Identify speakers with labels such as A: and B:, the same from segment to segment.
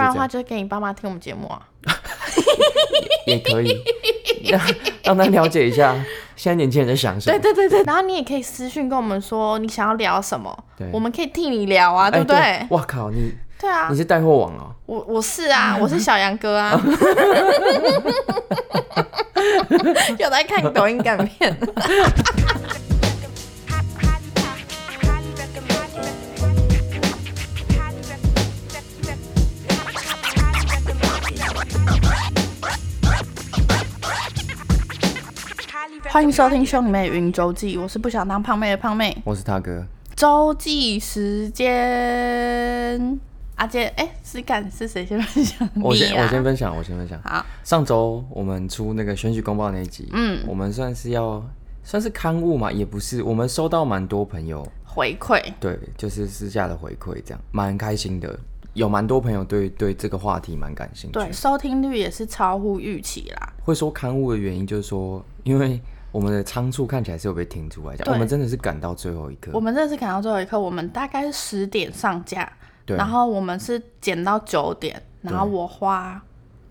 A: 样
B: 样
A: 的话，就是给你爸妈听我们节目啊。
B: 也可以，让让他了解一下现在年轻人在想什
A: 对
B: 么。
A: 对对对，然后你也可以私讯跟我们说你想要聊什么
B: 对，
A: 我们可以替你聊啊，
B: 哎
A: 对不对？
B: 哇靠，你
A: 对啊
B: 你，是带货王哦，
A: 我我是啊，我是小杨哥 啊。有在看抖音港片，欢迎收听《兄弟妹云周记》，我是不想当胖妹的胖妹。
B: 我是他哥。
A: 周记时间，阿杰，哎、是干是谁先分享？
B: 我先
A: 你啊
B: 我先分享，我先分享。
A: 好，
B: 上周我们出那个选举公报那一集，嗯，我们算是要算是刊物嘛，也不是，我们收到蛮多朋友
A: 回馈，
B: 对，就是私下的回馈，这样蛮开心的。有蛮多朋友对对这个话题蛮感兴趣，
A: 对，收听率也是超乎预期啦。
B: 会说刊物的原因就是说，因为我们的仓促看起来是有被停出来这样，
A: 对
B: 我们真的是赶到最后一刻
A: 我，们这次赶到最后一刻，我们大概是十点上架，
B: 对，
A: 然后我们是剪到九点，然后我花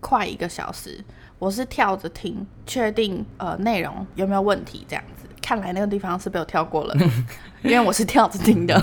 A: 快一个小时，我是跳着听，确定呃内容有没有问题这样子。看来那个地方是被我跳 过了，因为我是跳着听的。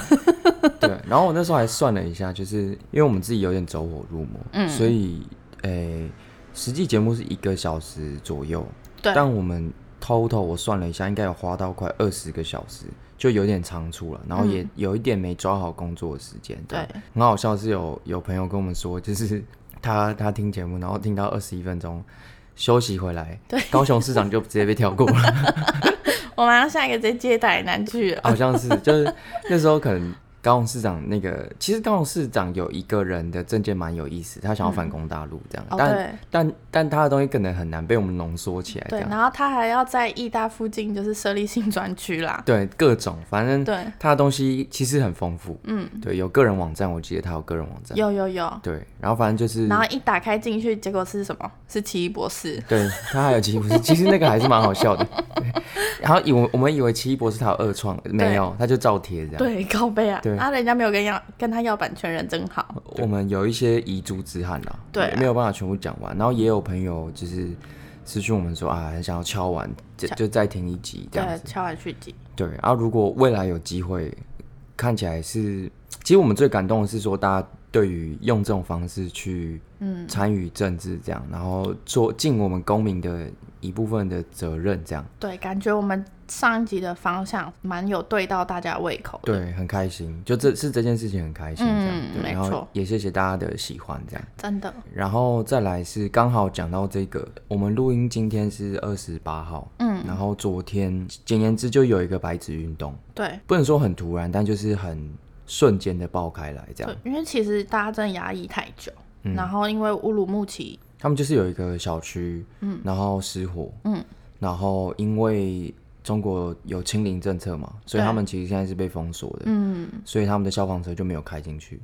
B: 对，然后我那时候还算了一下，就是因为我们自己有点走火入魔，嗯，所以诶、实际节目是一个小时左右，
A: 对
B: 但我们 total 我算了一下，应该有花到快二十个小时，就有点仓促了，然后也有一点没抓好工作的时间，这样
A: 对，
B: 很好笑是有有朋友跟我们说，就是他他听节目，然后听到二十一分钟。休息回来，对，高雄市长就直接被跳过了，
A: 我马上下一个直接接待南去了。
B: 好像是，就是那时候可能高雄市长那个，其实高雄市长有一个人的证件蛮有意思，他想要反攻大陆这样，
A: 哦对
B: 但但但他的东西可能很难被我们浓缩起来这
A: 对，
B: 样，
A: 然后他还要在义大附近就是设立新专区啦。
B: 对各种，反正
A: 对
B: 他的东西其实很丰富，嗯，对，有个人网站，我记得他有个人网站，
A: 有有有，
B: 对，然后反正就是
A: 然后一打开进去，结果是什么？是奇异博士。
B: 对他还有奇异博士，其实那个还是蛮好笑的。 然后以为我们以为奇异博士他有二创，没有，他就照贴这样。
A: 对，高倍啊
B: 对！哦
A: 啊，人家没有跟要跟他要版权人真好。
B: 我们有一些遗珠之憾啦，
A: 对啊
B: 没有办法全部讲完。然后也有朋友就是私讯我们说啊，很想要敲完，就就再听一集这样
A: 对，
B: 子。
A: 敲完续集。
B: 对，然后如果未来有机会，看起来是，其实我们最感动的是说，大家对于用这种方式去
A: 嗯
B: 参与政治这样，然后做尽我们公民的一部分的责任这样。
A: 对，感觉我们上一集的方向蛮有对到大家胃口的，
B: 对，很开心，就这是这件事情很开心这样，
A: 嗯
B: 对，
A: 没
B: 然后
A: 错
B: 也谢谢大家的喜欢这样，
A: 真的。
B: 然后再来是刚好讲到这个，我们录音今天是二十八号，嗯，然后昨天简言之就有一个白纸运动，
A: 对
B: 不能说很突然，但就是很瞬间的爆开来这
A: 对，，
B: 样
A: 呃因为其实大家真的压抑太久，
B: 嗯
A: 然后因为乌鲁木齐，
B: 他们就是有一个小区，嗯，然后失火，嗯，然后因为中国有清零政策嘛，所以
A: 对
B: 他们其实现在是被封锁的，
A: 嗯，
B: 所以他们的消防车就没有开进去，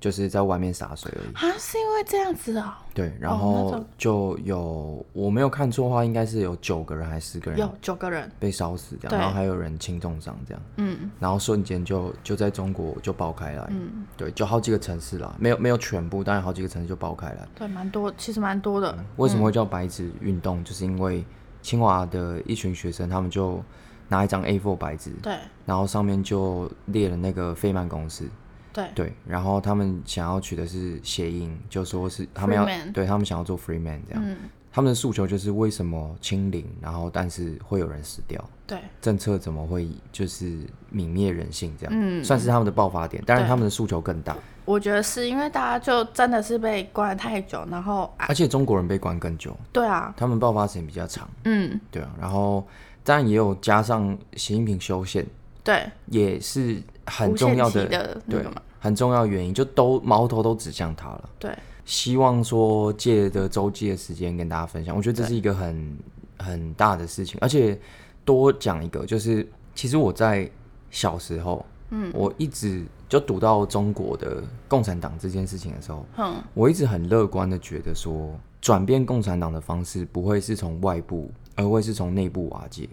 B: 就是在外面洒水而已。
A: 啊，是因为这样子哦，
B: 对，然
A: 那
B: 后
A: 种
B: 就有我没有看错的话，应该是有九个人还是十个人
A: 有九个人，
B: 被烧死这样，
A: 对
B: 然后还有人轻重伤这样，嗯，然后瞬间就就在中国就爆开来，嗯，对，就好几个城市啦，没有没有全部，但有好几个城市就爆开来。
A: 对，蛮多，其实蛮多的，
B: 为什么会叫白纸运动？就是因为清华的一群学生，他们就拿一张 A4 白纸，
A: 对
B: 然后上面就列了那个费曼公式，
A: 对
B: 对，然后他们想要取的是谐音，就说是他们
A: Free
B: 要
A: man
B: 对他们想要做 free man 这样。
A: 嗯
B: 他们的诉求就是为什么清零，然后但是会有人死掉，
A: 对
B: 政策怎么会就是泯灭人性这样？算是他们的爆发点。当
A: 嗯
B: 然，
A: 对
B: 他们的诉求更大，
A: 我觉得是因为大家就真的是被关了太久，然后啊，
B: 而且中国人被关更久，
A: 对啊，
B: 他们爆发时间比较长，
A: 嗯，
B: 对啊。然后当然也有加上习近平修宪，
A: 对，
B: 也是很
A: 无
B: 重
A: 限
B: 要
A: 期
B: 的，
A: 的那
B: 对
A: 个嘛，
B: 很重要的原因，就都矛头都指向他了。
A: 对
B: 希望说借着周记的时间跟大家分享，我觉得这是一个很很大的事情，而且多讲一个，就是其实我在小时候，嗯，我一直就读到中国的共产党这件事情的时候，
A: 嗯，
B: 我一直很乐观的觉得说，转变共产党的方式不会是从外部，而会是从内部瓦解。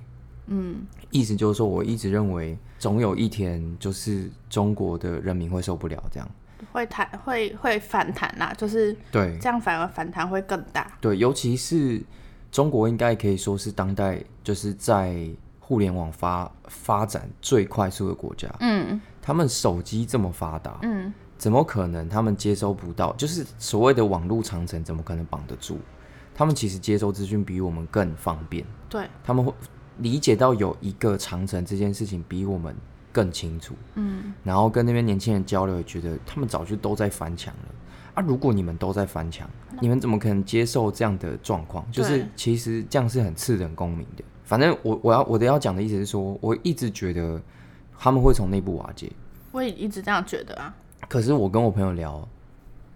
B: 嗯，意思就是说，我一直认为总有一天就是中国的人民会受不了这样。
A: 会弹会会反弹啦、就是
B: 对
A: 这样反而反弹会更大。
B: 对，尤其是中国，应该可以说是当代就是在互联网发发展最快速的国家。
A: 嗯
B: 他们手机这么发达，
A: 嗯，
B: 怎么可能他们接收不到？就是所谓的网络长城，怎么可能绑得住？他们其实接收资讯比我们更方便，
A: 对，
B: 他们会理解到有一个长城这件事情比我们更清楚。
A: 嗯
B: 然后跟那边年轻人交流，也觉得他们早就都在翻墙了。啊，如果你们都在翻墙，你们怎么可能接受这样的状况？就是
A: 对
B: 其实这样是很次等公民的。反正我我要我的要讲的意思是说，我一直觉得他们会从内部瓦解。
A: 我也一直这样觉得啊。
B: 可是我跟我朋友聊，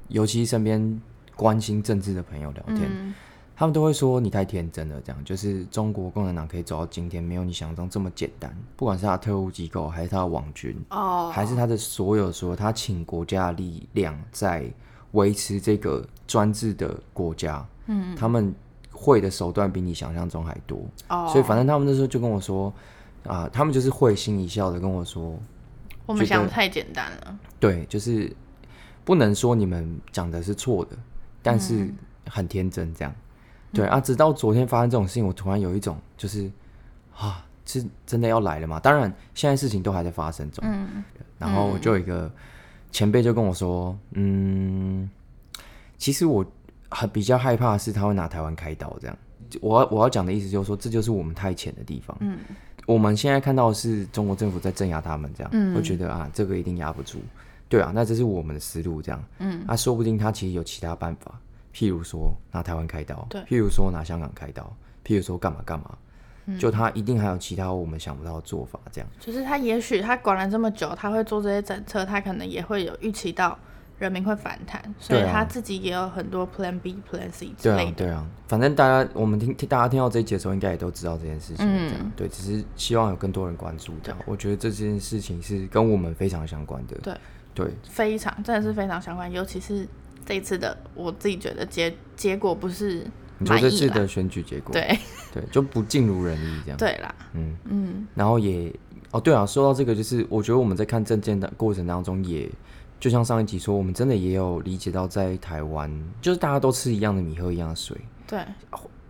B: 尤其身边关心政治的朋友聊天，
A: 嗯，
B: 他们都会说你太天真了，这样就是中国共产党可以走到今天，没有你想象中这么简单。不管是他的特务机构，还是他的网军，
A: 哦，
B: 还是他的所有说他请国家的力量在维持这个专制的国家，嗯，他们会的手段比你想象中还多，
A: 哦，
B: 所以反正他们那时候就跟我说，啊、他们就是会心一笑的跟我说，
A: 我们
B: 觉得
A: 想得太简单了。
B: 对，就是不能说你们讲的是错的，但是
A: 嗯
B: 很天真这样。对啊，直到昨天发生这种事情，我突然有一种就是啊，是真的要来了嘛？当然，现在事情都还在发生中。
A: 嗯
B: 然后我就有一个前辈就跟我说，嗯，其实我很比较害怕的是他会拿台湾开刀这样。我要我要讲的意思就是说，这就是我们太浅的地方。
A: 嗯，
B: 我们现在看到的是中国政府在镇压他们这样，
A: 嗯
B: 会觉得啊，这个一定压不住。对啊，那这是我们的思路这样。
A: 嗯，
B: 啊，说不定他其实有其他办法，譬如说拿台湾开刀，
A: 对
B: 譬如说拿香港开刀，譬如说干嘛干嘛。
A: 嗯
B: 就他一定还有其他我们想不到的做法，这样
A: 就是他也许他管了这么久，他会做这些政策，他可能也会有预期到人民会反弹，所以
B: 对啊
A: 他自己也有很多 Plan B、Plan C 之
B: 对
A: 类
B: 啊，
A: 的。
B: 对啊，反正大家我们听听大家听到这一节的时候，应该也都知道这件事情，这
A: 嗯
B: 样、对，只是希望有更多人关注到。我觉得这件事情是跟我们非常相关的，
A: 对
B: 对
A: 非常真的是非常相关，尤其是这一次的，我自己觉得结结果不是
B: 你说
A: 满
B: 这
A: 意
B: 次
A: 啦。
B: 的选举结果，
A: 对
B: 对，就不尽如人意这样，，
A: 对啦，
B: 嗯，
A: 嗯
B: 然后也哦，对啊，说到这个，就是我觉得我们在看证件的过程当中也，就像上一集说，我们真的也有理解到，在台湾就是大家都吃一样的米，喝一样的水，
A: 对，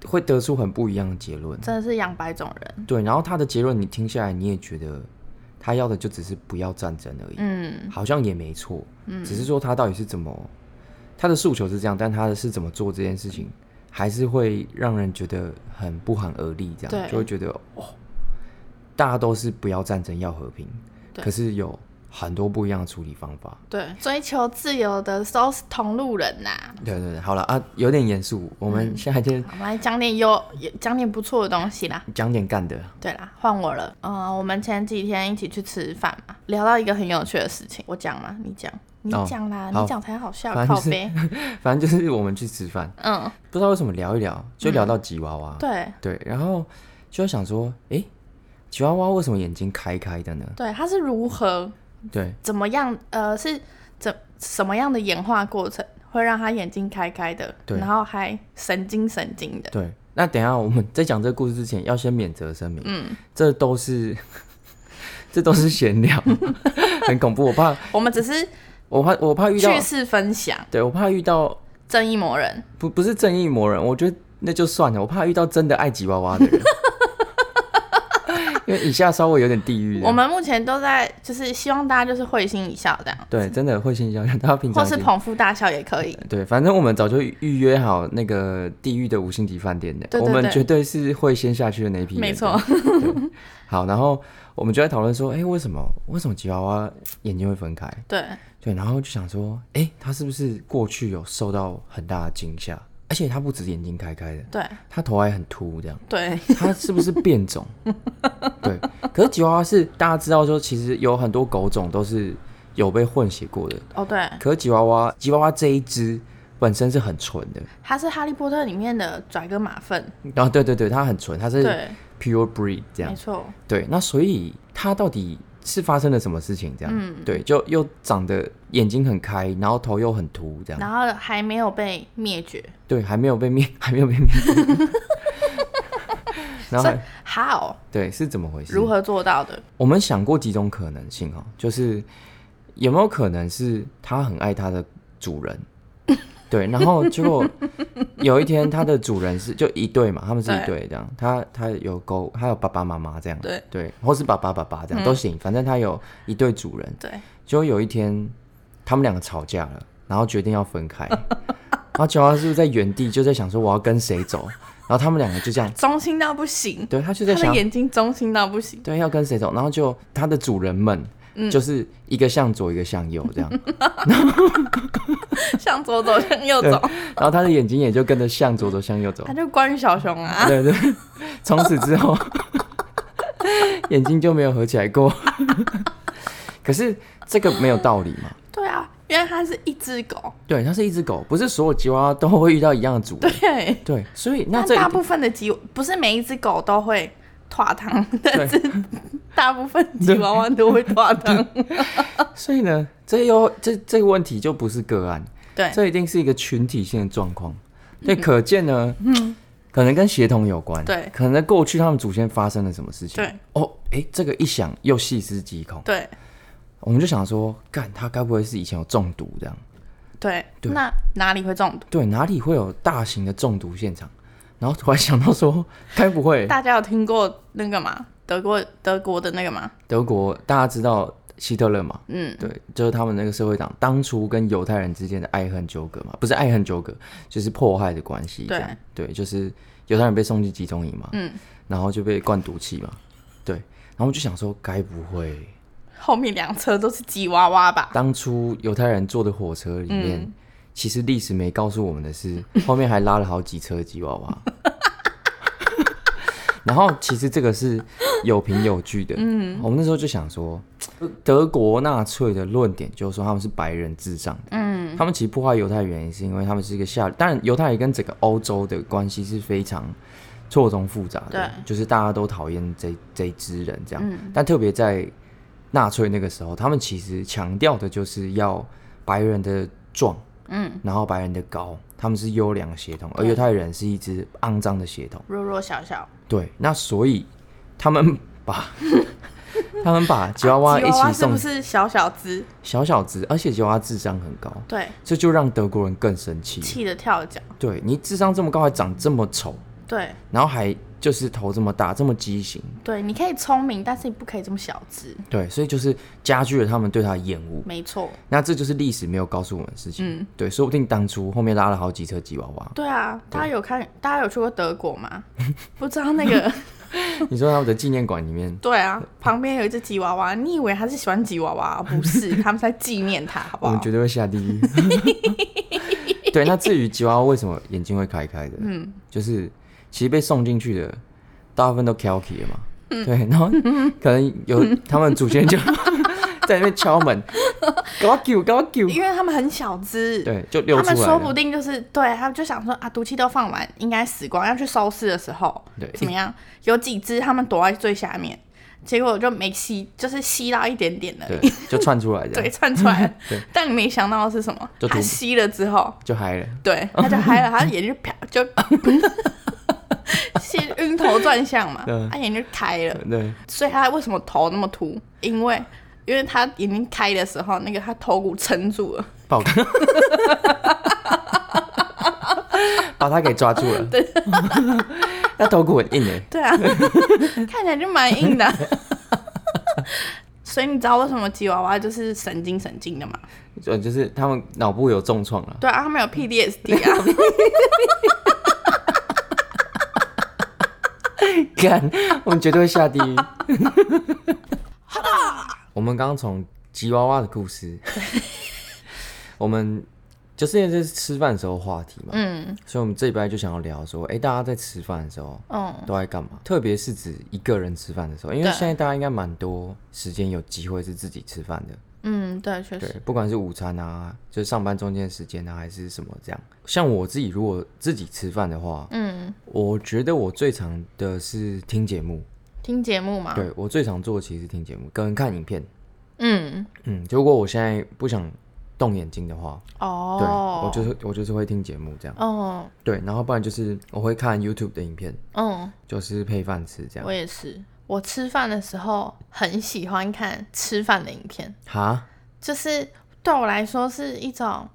B: 会得出很不一样的结论。
A: 真的是养百种人。
B: 对，然后他的结论你听下来，你也觉得他要的就只是不要战争而已，
A: 嗯
B: 好像也没错，只是说他到底是怎么，他的诉求是这样，但他的是怎么做这件事情，还是会让人觉得很不寒而栗，这样
A: 对
B: 就会觉得哦，大家都是不要战争，要和平，
A: 对
B: 可是有很多不一样的处理方法。
A: 对，追求自由的都是同路人呐、
B: 对对对，好了啊，有点严肃，我们
A: 嗯
B: 现在就
A: 好我们来讲点优，讲点不错的东西啦。
B: 讲点干的。
A: 对啦，换我了。呃，我们前几天一起去吃饭嘛，聊到一个很有趣的事情，我讲吗？你讲，你
B: 哦
A: 讲啦，
B: 好
A: 你讲才好笑，
B: 反正
A: 靠
B: 就是
A: 背。
B: 反正就是我们去吃饭，
A: 嗯，
B: 不知道为什么聊一聊，就聊到吉娃娃。
A: 对
B: 对，然后就想说，诶，吉娃娃为什么眼睛开开的呢？
A: 对，它是如何
B: 对，
A: 怎么样？呃，是怎什么样的演化过程会让它眼睛开开的，
B: 对
A: 然后还神经神经的？
B: 对。那等一下我们在讲这个故事之前，要先免责声明，
A: 嗯，
B: 这都是 这都是 闲聊，很恐怖。我怕
A: 我们只是
B: 我怕我怕遇到
A: 趣，事分享，
B: 对我怕遇到
A: 正义魔人。
B: 不不是正义魔人，我觉得那就算了，我怕遇到真的爱吉娃娃 的人，因为以下稍微有点地狱。啊
A: 我们目前都在，就是希望大家就是会心一笑这样，
B: 对真的会心一笑，大家平常
A: 或是
B: 已经
A: 捧腹大笑也可以。
B: 对，反正我们早就预约好那个地狱的五星级饭店的，
A: 对对
B: 我们
A: 对
B: 绝对是会先下去的那一批人。
A: 没错，
B: 对。 好，然后我们就在讨论说，哎、为什么为什么吉娃娃眼睛会分开？
A: 对，
B: 对，然后就想说，哎、它是不是过去有受到很大的惊吓？而且它不止眼睛开开的，
A: 对，
B: 它头还很秃，这样，
A: 对，
B: 它是不是变种？ 对，可是吉娃娃是大家知道说，其实有很多狗种都是有被混血过的，
A: 哦对，
B: 可是吉娃娃，吉娃娃这一只本身是很纯的，
A: 他是哈利波特里面的拽跟马粪，
B: 然后对对对，它很纯，它是
A: 对，
B: pure breed 这样
A: 没。错，
B: 对，那所以它到底是发生了什么事情？这样，
A: 嗯
B: 对，就又长得眼睛很开，然后头又很秃，这样，
A: 然后还没有被灭绝，
B: 对，还没有被灭， 还没有被 灭。然后
A: 所以
B: 还
A: how
B: 对是怎么回事？
A: 如？何做到的？
B: 哦我们想过几种可能性哈，就是有没有可能是它很爱它的 主人？对，然后结果有一天它的主人是就一对嘛，他们是一对这样，它它有狗，它有爸爸妈妈这样，
A: 对嗯
B: 对，或是爸爸爸爸这样、都行，反正它有一对主人。
A: 对，
B: 结果有一天他们两个吵架了，然后决定要 分开，然后九娃是不是在原地就在想说我要跟谁走，然后他们两个就这样，
A: 忠心到不行，
B: 对，他就
A: 他
B: 在想
A: 的眼睛忠心到不行，
B: 对，要跟谁走？然后就他的主人们，
A: 嗯
B: 就是一个向左，一个向右 这样，
A: 向左走，向右走，
B: 然后他的眼睛也就跟着向左走，向右走
A: 他。就关于小熊啊，
B: 对对，从此之后眼睛就没有合起来过。 可是这个没有道理嘛？
A: 对啊，因为它是一只狗，
B: 对，它是一只狗，不是所有吉娃娃都会遇到一样的主人。
A: 对，
B: 对，所以那
A: 但
B: 这一
A: 大部分的吉不是每一只狗都会 垮糖，但是大部分吉娃娃都会垮 糖，
B: 所以呢，这又这这个问题就不是个案，
A: 对，
B: 这一定是一个群体性的状况。
A: 嗯
B: 对，可见呢，可能跟协同有关，
A: 对
B: 可能在过去他们祖先发生了什么事情，
A: 对，
B: 哦，哎，这个一想又细思极恐，
A: 对，
B: 我们就想说，干他该不会是以前有中毒这样？
A: 对，
B: 对
A: 那哪里会中毒？
B: 对，哪里会有大型的中毒现场？然后突然想到说， 该不会
A: 大家有听过那个吗？德国德国的那个吗？
B: 德国大家知道希特勒嘛？
A: 嗯，
B: 对，就是他们那个社会党当初跟犹太人之间的爱恨纠葛嘛，不是爱恨纠葛，就是迫害的关系。
A: 对
B: 这样，对，就是犹太人被送进集中营嘛，嗯，然后就被灌毒气嘛，对，然后我就想说，该不会
A: 后面两侧都是吉娃娃吧？
B: 当初犹太人坐的火车里面，其实历史没告诉我们的是，后面还拉了好几车吉娃娃。然后其实这个是有凭有据的。嗯，我们那时候就想说，德国纳粹的论点就是说他们是白人至上的。嗯，他们其实破坏犹太的原因是因为他们是一个下，当然犹太人跟整个欧洲的关系是非常错综复杂
A: 对
B: 的，
A: 嗯
B: 就是大家都讨厌这这一支人这样。但特别在纳粹那个时候，他们其实强调的就是要白人的壮，嗯，然后白人的高，他们是优良的血统，而
A: 对
B: 犹太人是一支肮脏的血统。
A: 弱弱小小，
B: 对，那所以他们把 他们把吉娃娃
A: 啊吉
B: 一
A: 娃
B: 起
A: 娃是
B: 送
A: 不是小小只？
B: 小小只，而且吉娃娃智商很高，
A: 对，
B: 这就让德国人更生气。
A: 气得跳脚，
B: 对你智商这么高，还长这么丑，
A: 对
B: 然后还就是头这么大，这么畸形，
A: 对，你可以聪明，但是你不可以这么小只，
B: 对，所以就是加剧了他们对他的厌恶。
A: 没错，
B: 那这就是历史没有告诉我们的事情。对，说不定当初后面拉了好几车吉娃娃。
A: 对啊，大家有看，大家有去过德国吗？ 不知道那个，
B: 你说他们的纪念馆里面，
A: 对啊，旁边有一只吉娃娃，你以为他是喜欢吉娃娃？不是，他们在纪念他，好不
B: 我们
A: 好？
B: 绝对会下地狱。对，那至于吉娃娃为什么眼睛会开开的，嗯，就是其实被送进去的大部分都 c a l k 了嘛，
A: 嗯
B: 对，然后可能 有他们祖先就 在那边敲门 g a l k y g a l k y
A: 因为他们很小只，
B: 对，就溜
A: 他
B: 出来
A: 们
B: 了。
A: 说不定就是对，他们就想说啊，毒气都放完，应该死光，要去收尸的时候，
B: 对
A: 怎么样？有几只他们躲在最下面，结果就没吸，就是吸到一点点而已，
B: 对，就窜出来的，
A: 对，窜出来了。 但你没想到的是什么？
B: 就
A: 他
B: 毒
A: 吸了之后，
B: 就嗨了。
A: 对，他就嗨了，他眼睛啪就先晕头转向嘛
B: 嗯，
A: 他眼睛就开了，
B: 对，
A: 所以他为什么头那么秃？因为因为他眼睛开的时候，那个他头骨撑住了。
B: 爆肝， 把他给抓住了。对， 那头骨很硬欸诶。
A: 对啊， 看起来就蛮硬的 啊。所以你知道为什么吉娃娃就是神经神经的嘛？
B: 呃，就是他们脑部有重创了。
A: 对啊，他们有 PDSD 啊，
B: 干，我们绝对会下地狱。 我们刚刚从吉娃娃的故 事，我们就是因为这是吃饭的时候的话题嘛，嗯，所以我们这一拜就想要聊说，哎、大家在吃饭的时候，嗯，都在干嘛？特别是指一个人吃饭的时候，因为
A: 对
B: 现在大家应该蛮多时间有机会是自己吃饭的，
A: 嗯，对，确
B: 对
A: 实，，
B: 不管是午餐啊，就是上班中间的时间啊，还是什么这样。像我自己如果自己吃饭的话，
A: 嗯，
B: 我觉得我最常的是听节目，
A: 听节目嘛，
B: 对我最常做的其实是听节目跟看影片。
A: 嗯，
B: 嗯，如果我现在不想动眼睛的话，对我
A: 哦，
B: 就是我就是会听节目这样。
A: 哦，
B: 对，然后不然就是我会看 YouTube 的影片，
A: 嗯，
B: 就是配饭吃这样
A: 我。也是，我吃饭的时候很喜欢看吃饭的影片，
B: 哈，
A: 就是对我来说是一种，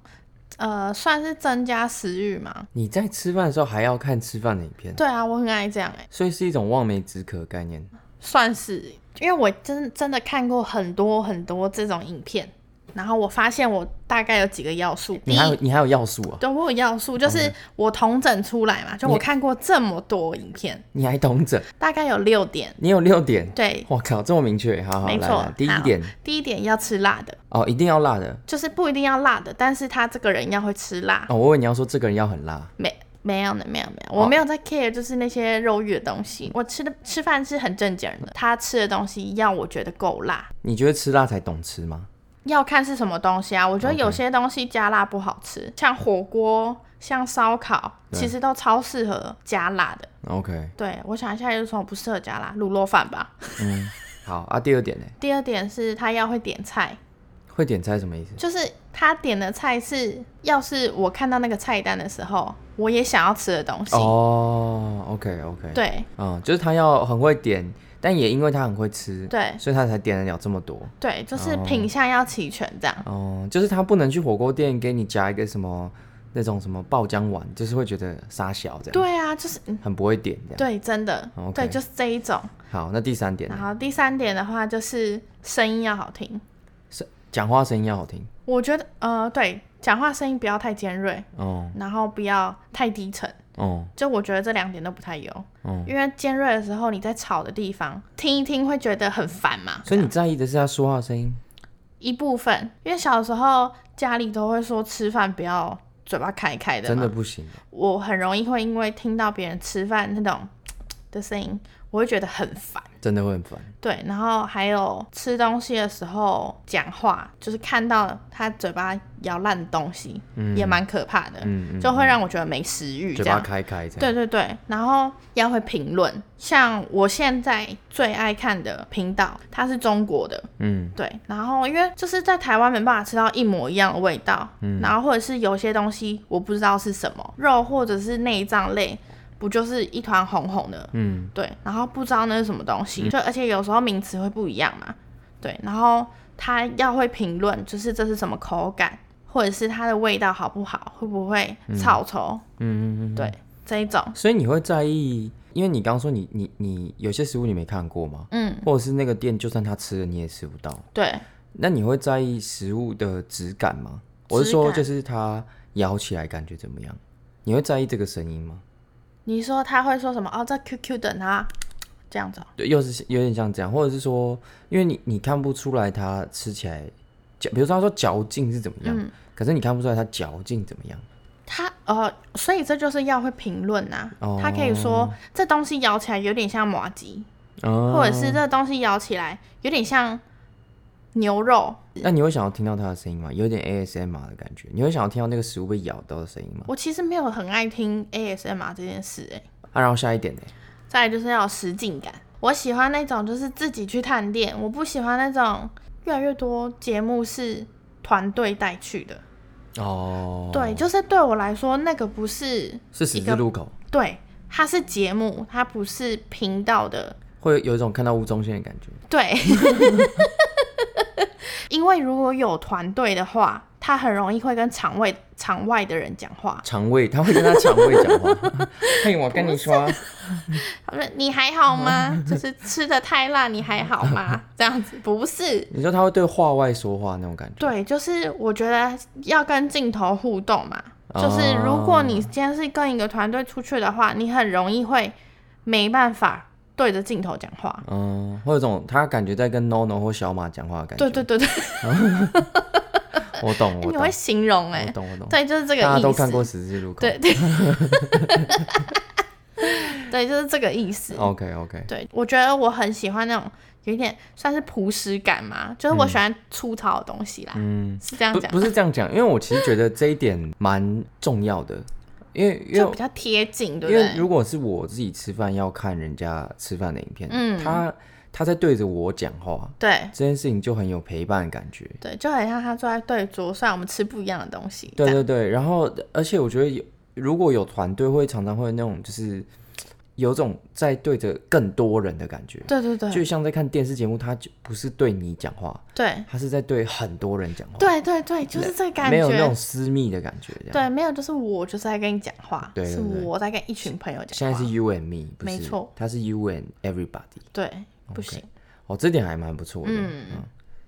A: 呃，算是增加食欲嘛。
B: 你在吃饭的时候还要看吃饭的影片，
A: 对啊，我很爱这样哎、
B: 所以是一种望梅止渴的概念。
A: 算是，因为我真真的看过很多很多这种影片，然后我发现我大概有几个要素。第
B: 你还有
A: 一，
B: 你还有要素啊？
A: 对我有要素，就是我同整出来嘛，就我看过这么多影片，
B: 你还懂整？
A: 大概有六点。
B: 你有六点？
A: 对，
B: 我靠，这么明确，好好
A: 没
B: 来
A: 错
B: 来，。第一
A: 好
B: 点，
A: 第一点要吃辣的，
B: 哦，一定要辣的
A: 就是不一定要辣的，但是他这个人要会吃辣。
B: 哦。我以为你要说这个人要很辣，
A: 没没有呢，没有没有，
B: 哦
A: 我没有在 care 就是那些肉欲的东西。我吃的吃饭是很正经的，他吃的东西要我觉得够辣，
B: 你觉得吃辣才懂吃吗？
A: 要看是什么东西啊。我觉得有些东西加辣不好吃像火锅、像烧烤，
B: 对
A: 其实都超适合加辣的。
B: OK，
A: 对，我想一下有什么不适合加辣，卤肉饭吧。
B: 好啊。第二点呢？
A: 第二点是他要会点菜，
B: 会点菜什么意思？
A: 就是他点的菜是，要是我看到那个菜单的时候，我也想要吃的东西。
B: 哦，OK OK，，
A: 对
B: 嗯，就是他要很会点，但也因为他很会吃，
A: 对
B: 所以他才点得了这么多。
A: 对，就是
B: 哦
A: 品相要齐全这样。
B: 哦，就是他不能去火锅店给你夹一个什么那种什么爆浆丸，就是会觉得沙小这样，
A: 对啊，就是嗯
B: 很不会点这样。
A: 对，真的
B: OK
A: 对，就是这一种。
B: 好，那第三点呢
A: 然，后第三点的话，就是声音要好听。
B: 是讲话声音要好听。
A: 我觉得，呃，对，讲话声音不要太尖锐，
B: 哦
A: 然后不要太低沉。
B: 哦
A: 就我觉得这两点都不太有，
B: 哦，
A: 因为尖锐的时候你在吵的地方听一听会觉得很烦嘛。
B: 所以你在意的是他说话的声音。
A: 一部分，因为小时候家里都会说吃饭不要嘴巴开开的，
B: 真的，不行，
A: 我很容易会因为听到别人吃饭那种的声音，我会觉得很烦。
B: 真的会很烦。
A: 对，然后还有吃东西的时候讲话，就是看到他嘴巴咬烂东西，也蛮可怕的，
B: 嗯，
A: 就会让我觉得没食欲
B: 嘴
A: 这
B: 巴
A: 样。
B: 开开这样。
A: 对对对，然后要会评论，像我现在最爱看的频道，它是中国的，
B: 嗯，
A: 对，然后因为就是在台湾没办法吃到一模一样的味道，
B: 嗯
A: 然后或者是有些东西我不知道是什么，肉或者是内脏类，不就是一团红红的，
B: 嗯，
A: 对，然后不知道那是什么东西，就而且有时候名词会不一样嘛，对，然后他要会评论，就是这是什么口感，或者是它的味道好不好，会不会臭臭，
B: 嗯嗯嗯。
A: 对，这一种，
B: 所以你会在意，因为你刚刚说你你你有些食物你没看过嘛，
A: 嗯，
B: 或者是那个店就算他吃了你也吃不到，
A: 对，
B: 那你会在意食物的质感吗？我是说，
A: 质感
B: 就是它咬起来感觉怎么样？你会在意这个声音吗？
A: 你说他会说什么？哦，这 QQ 的啊，这样子哦、
B: 对，又是有点像这样，或者是说，因为你你看不出来它吃起来嚼，比如说他说嚼劲是怎么
A: 嗯
B: 样，可是你看不出来它嚼劲怎么样。
A: 他呃，所以这就是要会评论呐
B: 哦，
A: 他可以说这东西咬起来有点像马吉，
B: 哦
A: 或者是这东西咬起来有点像牛肉，
B: 那你会想要听到它的声音吗？有点 ASMR 的感觉，你会想要听到那个食物被咬到的声音吗？
A: 我其实没有很爱听 ASMR 这件事、欸，
B: 啊，然后下一点呢？
A: 再来就是要有实境感。我喜欢那种就是自己去探店，我不喜欢那种越来越多节目是团队带去的。
B: 哦，
A: 对，就是对我来说，那个不是
B: 是十
A: 一
B: 字
A: 个
B: 路口，
A: 对，它是节目，它不是频道的。
B: 会有一种看到吴宗宪的感觉。
A: 对， 因为如果有团队的话，他很容易会跟场外场外的人讲话。
B: 肠胃，他会跟他肠胃讲话。嘿，我跟你说，
A: 他说：“你还好吗？就是吃的太辣，你还好吗？” 这样子不是。
B: 你说他会对话外说话那种感觉。
A: 对，就是我觉得要跟镜头互动嘛。就是如果你今天是跟一个团队出去的话，你很容易会没办法对着镜头讲话。
B: 嗯，会有种他感觉在跟 NONO 或小马讲话的感觉。
A: 对对对 对，
B: 我懂，我
A: 你
B: 懂，
A: 会形容哎、
B: 我懂，我懂。
A: 对，就是这个意思。
B: 大家都看过十字路口。
A: 对 对，对，就是这个意思。
B: ，OK OK，
A: 对，我觉得我很喜欢那种有一点算是朴实感嘛，就是我喜欢粗糙的东西啦，
B: 嗯，
A: 是这样
B: 不
A: 讲，
B: 不是这样讲，因为我其实觉得这一点蛮重要的，因为因
A: 就
B: 为
A: 比较贴近，对
B: 因
A: 不
B: 为
A: 对？
B: 如果是我自己吃饭要看人家吃饭的影片，
A: 嗯
B: 他他在对着我讲话，
A: 对
B: 这件事情就很有陪伴的感觉。
A: 对，就很像他坐在对桌，虽然我们吃不一样的东西，
B: 对
A: 这样
B: 对对，然后而且我觉得有如果有团队会常常会有那种就是有种在对着更多人的感觉，
A: 对对
B: 就
A: 对
B: 像在看电视节目，他就不是对你讲话，
A: 对
B: 他是在对很多人讲话，
A: 对对对，就是这个感
B: 没有那
A: 觉
B: 种。私密的感觉。这样，
A: 对，没有，就是我就是在跟你讲话，
B: 对对
A: 是
B: 对
A: 我在跟一群朋友讲
B: 现在
A: 话
B: 是。you and me，不是
A: 没错
B: 他是 you and everybody。
A: 对，不行。
B: 哦，这点还蛮不错的。嗯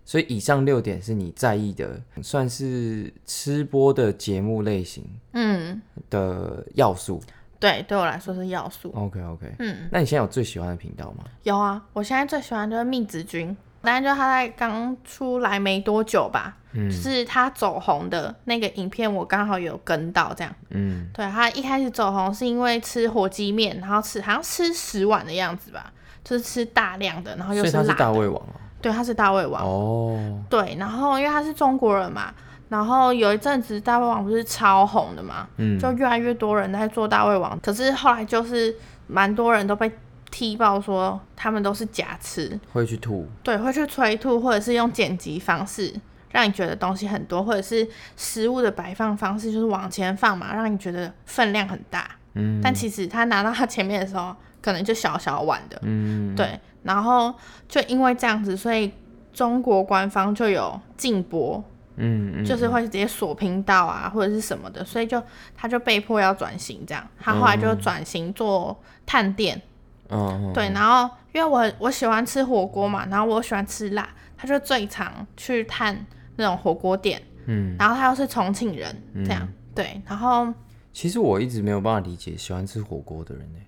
B: 所以以上六点是你在意的，算是吃播的节目类型
A: 嗯，
B: 的要素。
A: 对，对我来说是要素。
B: OK OK，
A: 嗯，
B: 那你现在有最喜欢的频道吗？
A: 有啊，我现在最喜欢就是密子君，但就他在刚出来没多久吧，
B: 嗯
A: 就是他走红的那个影片，我刚好有跟到这样。
B: 嗯，
A: 对他一开始走红是因为吃火鸡面，然后吃好像吃十碗的样子吧，就是吃大量的，然后
B: 所
A: 又
B: 以他是
A: 辣
B: 大
A: 的。
B: 胃王哦。
A: 对，他是大胃王。
B: 哦，
A: 对，然后因为他是中国人嘛，然后有一阵子大胃王不是超红的嘛，
B: 嗯
A: 就越来越多人在做大胃王，可是后来就是蛮多人都被踢爆说他们都是假吃，
B: 会去吐。
A: 对，会去催吐或者是用剪辑方式。让你觉得东西很多，或者是食物的摆放方式就是往前放嘛，让你觉得分量很大。
B: 嗯
A: 但其实他拿到他前面的时候，可能就小小碗的，
B: 嗯，
A: 对，然后就因为这样子，所以中国官方就有禁播，
B: 嗯嗯，
A: 就是会直接锁频道啊或者是什么的，所以就他就被迫要转型这样。他后来
B: 哦
A: 就转型做探店，
B: 嗯，嗯
A: 对，然后因为我我喜欢吃火锅嘛，然后我喜欢吃辣，他就最常去探那种火锅店，
B: 嗯，
A: 然后他又是重庆人，这样、对，然后
B: 其实我一直没有办法理解喜欢吃火锅的人呢、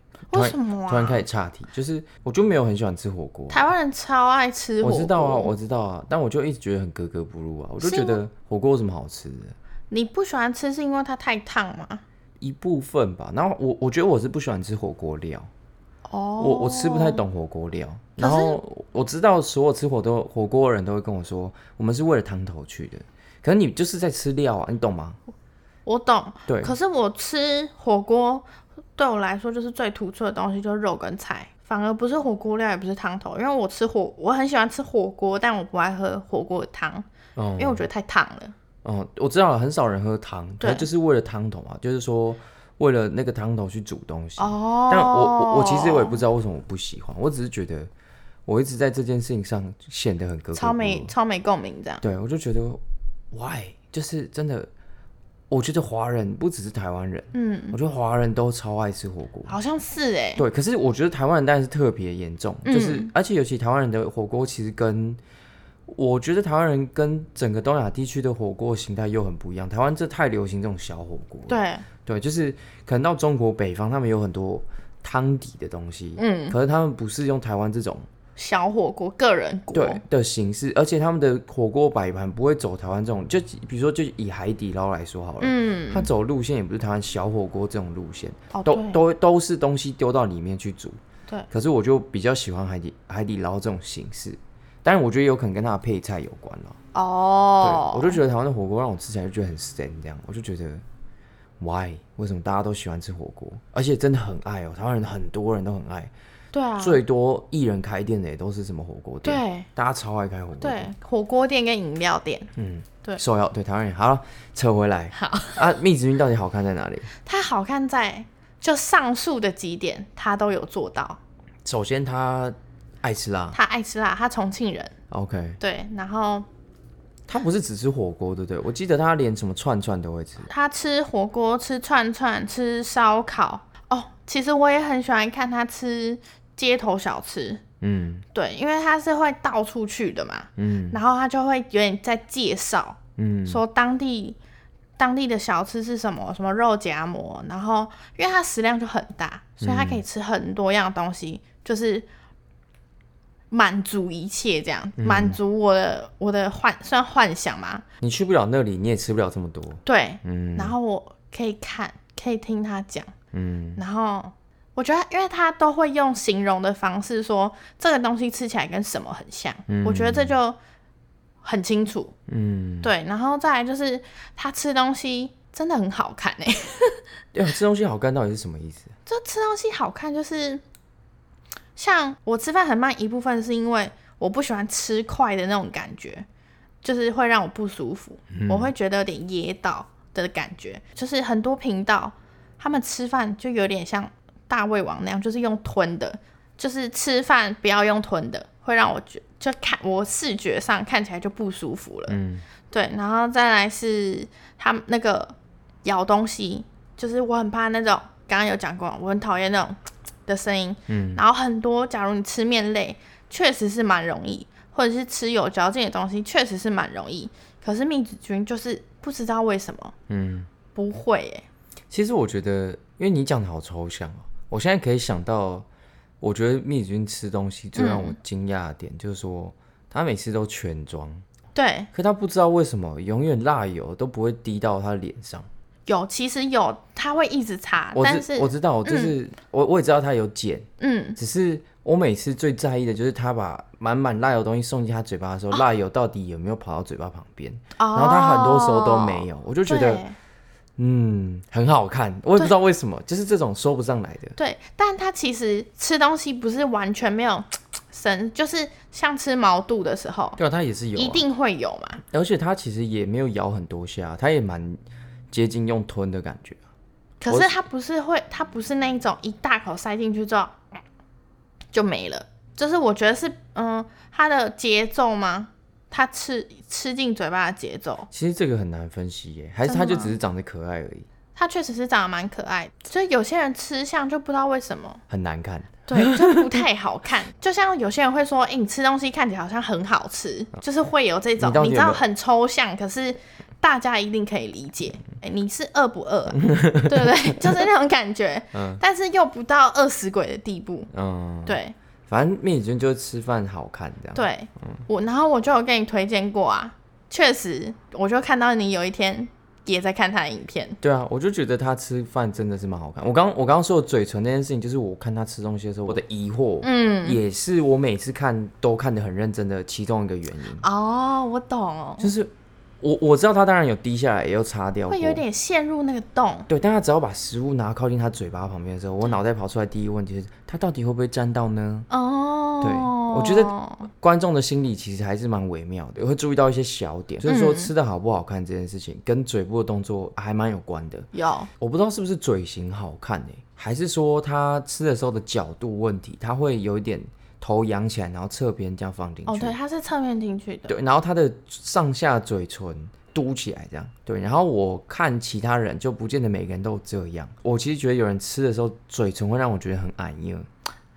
A: 为
B: 突然
A: 什么
B: 突然
A: 啊？
B: 开始岔题，就是我就没有很喜欢吃火锅。
A: 台湾人超爱吃火
B: 我
A: 锅，
B: 知道啊，我知道啊，但我就一直觉得很格格不入啊，我就是觉得火锅有什么好吃的？
A: 你不喜欢吃是因为它太烫吗？
B: 一部分吧，然后我我觉得我是不喜欢吃火锅料，
A: 哦，
B: 我我吃不太懂火锅料。
A: 可是
B: 然后我知道所有吃火锅火锅的人都会跟我说，我们是为了汤头去的，可是你就是在吃料啊，你懂吗？
A: 我懂，
B: 对，
A: 可是我吃火锅对我来说就是最突出的东西就是肉跟菜，反而不是火锅料，也不是汤头，因为我吃火我很喜欢吃火锅，但我不爱喝火锅的汤，因
B: 嗯
A: 为我觉得太烫了。
B: 嗯，我知道了，很少人喝汤，可
A: 对
B: 是就是为了汤头嘛，就是说为了那个汤头去煮东西。
A: 哦
B: 但我我我其实我也不知道为什么我不喜欢，我只是觉得我一直在这件事情上显得很格格
A: 超
B: 不入
A: 没超没共鸣这样。
B: 对，我就觉得 why 就是真的，我觉得华人不只是台湾人，
A: 嗯，
B: 我觉得华人都超爱吃火锅。
A: 好像是哎、
B: 对，可是我觉得台湾人当然是特别严重，就是、
A: 嗯
B: 而且尤其台湾人的火锅其实跟我觉得台湾人跟整个东亚地区的火锅形态又很不一样。台湾这太流行这种小火锅了，
A: 对，
B: 对，就是可能到中国北方，他们有很多汤底的东西，
A: 嗯，
B: 可是他们不是用台湾这种
A: 小火锅个人锅，
B: 对的形式，而且他们的火锅摆盘不会走台湾这种，就比如说就以海底捞来说好了，
A: 嗯，
B: 它走路线也不是台湾小火锅这种路线，
A: 哦
B: 都
A: 对
B: 都都是东西丢到里面去煮。
A: 对，
B: 可是我就比较喜欢海底海底捞这种形式，当然我觉得有可能跟它的配菜有关了。
A: 哦，
B: 对，我就觉得台湾的火锅让我吃起来就觉得很咸，这样我就觉得 why 为什么大家都喜欢吃火锅，而且真的很爱哦，台湾人很多人都很爱，
A: 对啊，
B: 最多艺人开店的也都是什么火锅店，
A: 对啊
B: 大家超爱开火锅店。
A: 对，火锅店跟饮料店，
B: 嗯，
A: 对
B: 受邀对台湾人好了，扯回来，好啊，蜜子君到底好看在哪里？
A: 它好看在就上述的几点，它都有做到。
B: 首先他爱吃辣
A: 他爱吃辣，他重庆人，
B: ，OK，
A: 对，然后
B: 他不是只吃火锅，对不对？我记得他连什么串串都会吃，
A: 他吃火锅、吃串串、吃烧烤。哦，其实我也很喜欢看他吃街头小吃，
B: 嗯
A: 对，因为他是会到处去的嘛，
B: 嗯
A: 然后他就会有点在介绍，
B: 嗯
A: 说当地当地的小吃是什么，什么肉夹馍，然后因为它食量就很大，所以它可以吃很多样东西，就是满足一切这样，
B: 嗯
A: 满、足我的我的幻算幻想嘛，
B: 你去不了那里，你也吃不了这么多，
A: 对，
B: 嗯
A: 然后我可以看，可以听他讲，
B: 嗯
A: 然后。我觉得，因为他都会用形容的方式说这个东西吃起来跟什么很像，我觉得这就很清楚。
B: 嗯，
A: 对，然后再来就是他吃东西真的很好看哎、
B: 哎、吃东西好看到底是什么意思？
A: 就吃东西好看，就是像我吃饭很慢，一部分是因为我不喜欢吃快的那种感觉，就是会让我不舒服，我会觉得有点噎到的感觉。就是很多频道他们吃饭就有点像大胃王那样，就是用吞的，就是吃饭不要用吞的，会让我觉就看我视觉上看起来就不舒服了。
B: 嗯，
A: 对，然后再来是他们那个咬东西，就是我很怕那种，刚刚有讲过，我很讨厌那种的声音。
B: 嗯，
A: 然后很多，假如你吃面类，确实是蛮容易，或者是吃有嚼劲的东西，确实是蛮容易。可是密子菌就是不知道为什么
B: 嗯，
A: 不会、欸，
B: 其实我觉得，因为你讲的好抽象哦，我现在可以想到，我觉得蜜君吃东西最让我惊讶的点、就是说，他每次都全装，
A: 对，
B: 可他不知道为什么永远辣油都不会滴到他脸上。
A: 有其实有，他会一直擦，
B: 我
A: 啊但
B: 知
A: 是
B: 我知道，就是、我我也知道他有碱，
A: 嗯，
B: 只是我每次最在意的就是他把满满辣油东西送进他嘴巴的时
A: 哦
B: 候，辣油到底有没有跑到嘴巴旁边？然后他很多时候都没
A: 有，
B: 有，我就觉得
A: 哦对
B: 嗯很好看，我也不知道为什么，就是这种说不上来的。
A: 对，但他其实吃东西不是完全没有神，就是像吃毛肚的时候，
B: 对啊，他也是有、啊，
A: 一定会有嘛。
B: 而且它其实也没有咬很多下，它也蛮接近用吞的感觉。啊
A: 可
B: 我
A: 是它不是会，它不是那一种一大口塞进去之后嗯就没了，就是我觉得是嗯，它的节奏吗？它吃吃进嘴巴的节奏，
B: 其实这个很难分析耶，还是
A: 真
B: 它
A: 的吗
B: 就只是长得可爱而已，
A: 它确实是长得蛮可爱的，所以有些人吃相就不知道为什么，
B: 很难看。
A: 对，就不太好看。就像有些人会说，哎、你吃东西看起来好像很好吃，就是会有这种
B: 啊你到，底
A: 你知
B: 有
A: 道
B: 没有
A: 很抽象，可是大家一定可以理解。哎、你是饿不饿啊、 对不对？ 就是那种感觉，但是又不到饿死鬼的地步。
B: 嗯，，
A: 对
B: 反正面子君就是吃饭好看这样。，
A: 对，
B: 嗯
A: 我然后我就有跟你推荐过啊，确实，我就看到你有一天也在看他的影片，
B: 对啊，我就觉得他吃饭真的是蛮好看。我刚我刚刚说的嘴唇那件事情，就是我看他吃东西的时候，我的疑惑，
A: 嗯，
B: 也是我每次看都看得很认真的其中一个原因，
A: 哦，我懂哦，
B: 就是我我知道他当然有滴下来，也有擦掉，
A: 会有。点陷入那个洞，
B: 对，但他只要把食物拿靠近他嘴巴旁边的时候，我脑袋跑出来第一个问题是，他到底会不会沾到呢？
A: 哦，
B: 对我觉
A: 得
B: 观众的心理其实还是蛮微妙的，会注意到一些小点，就是
A: 嗯
B: 说吃的好不好看这件事情，跟嘴部的动作还蛮有关的。
A: 有，
B: 我不知道是不是嘴型好看呢、还是说他吃的时候的角度问题，他会有一点头扬起来，然后侧边这样放进去。
A: 哦，对，它是侧面进去的，
B: 对，然后他的上下嘴唇嘟起来这样，对，然后我看其他人就不见得每个人都这样。我其实觉得有人吃的时候嘴唇会让我觉得很矮硬，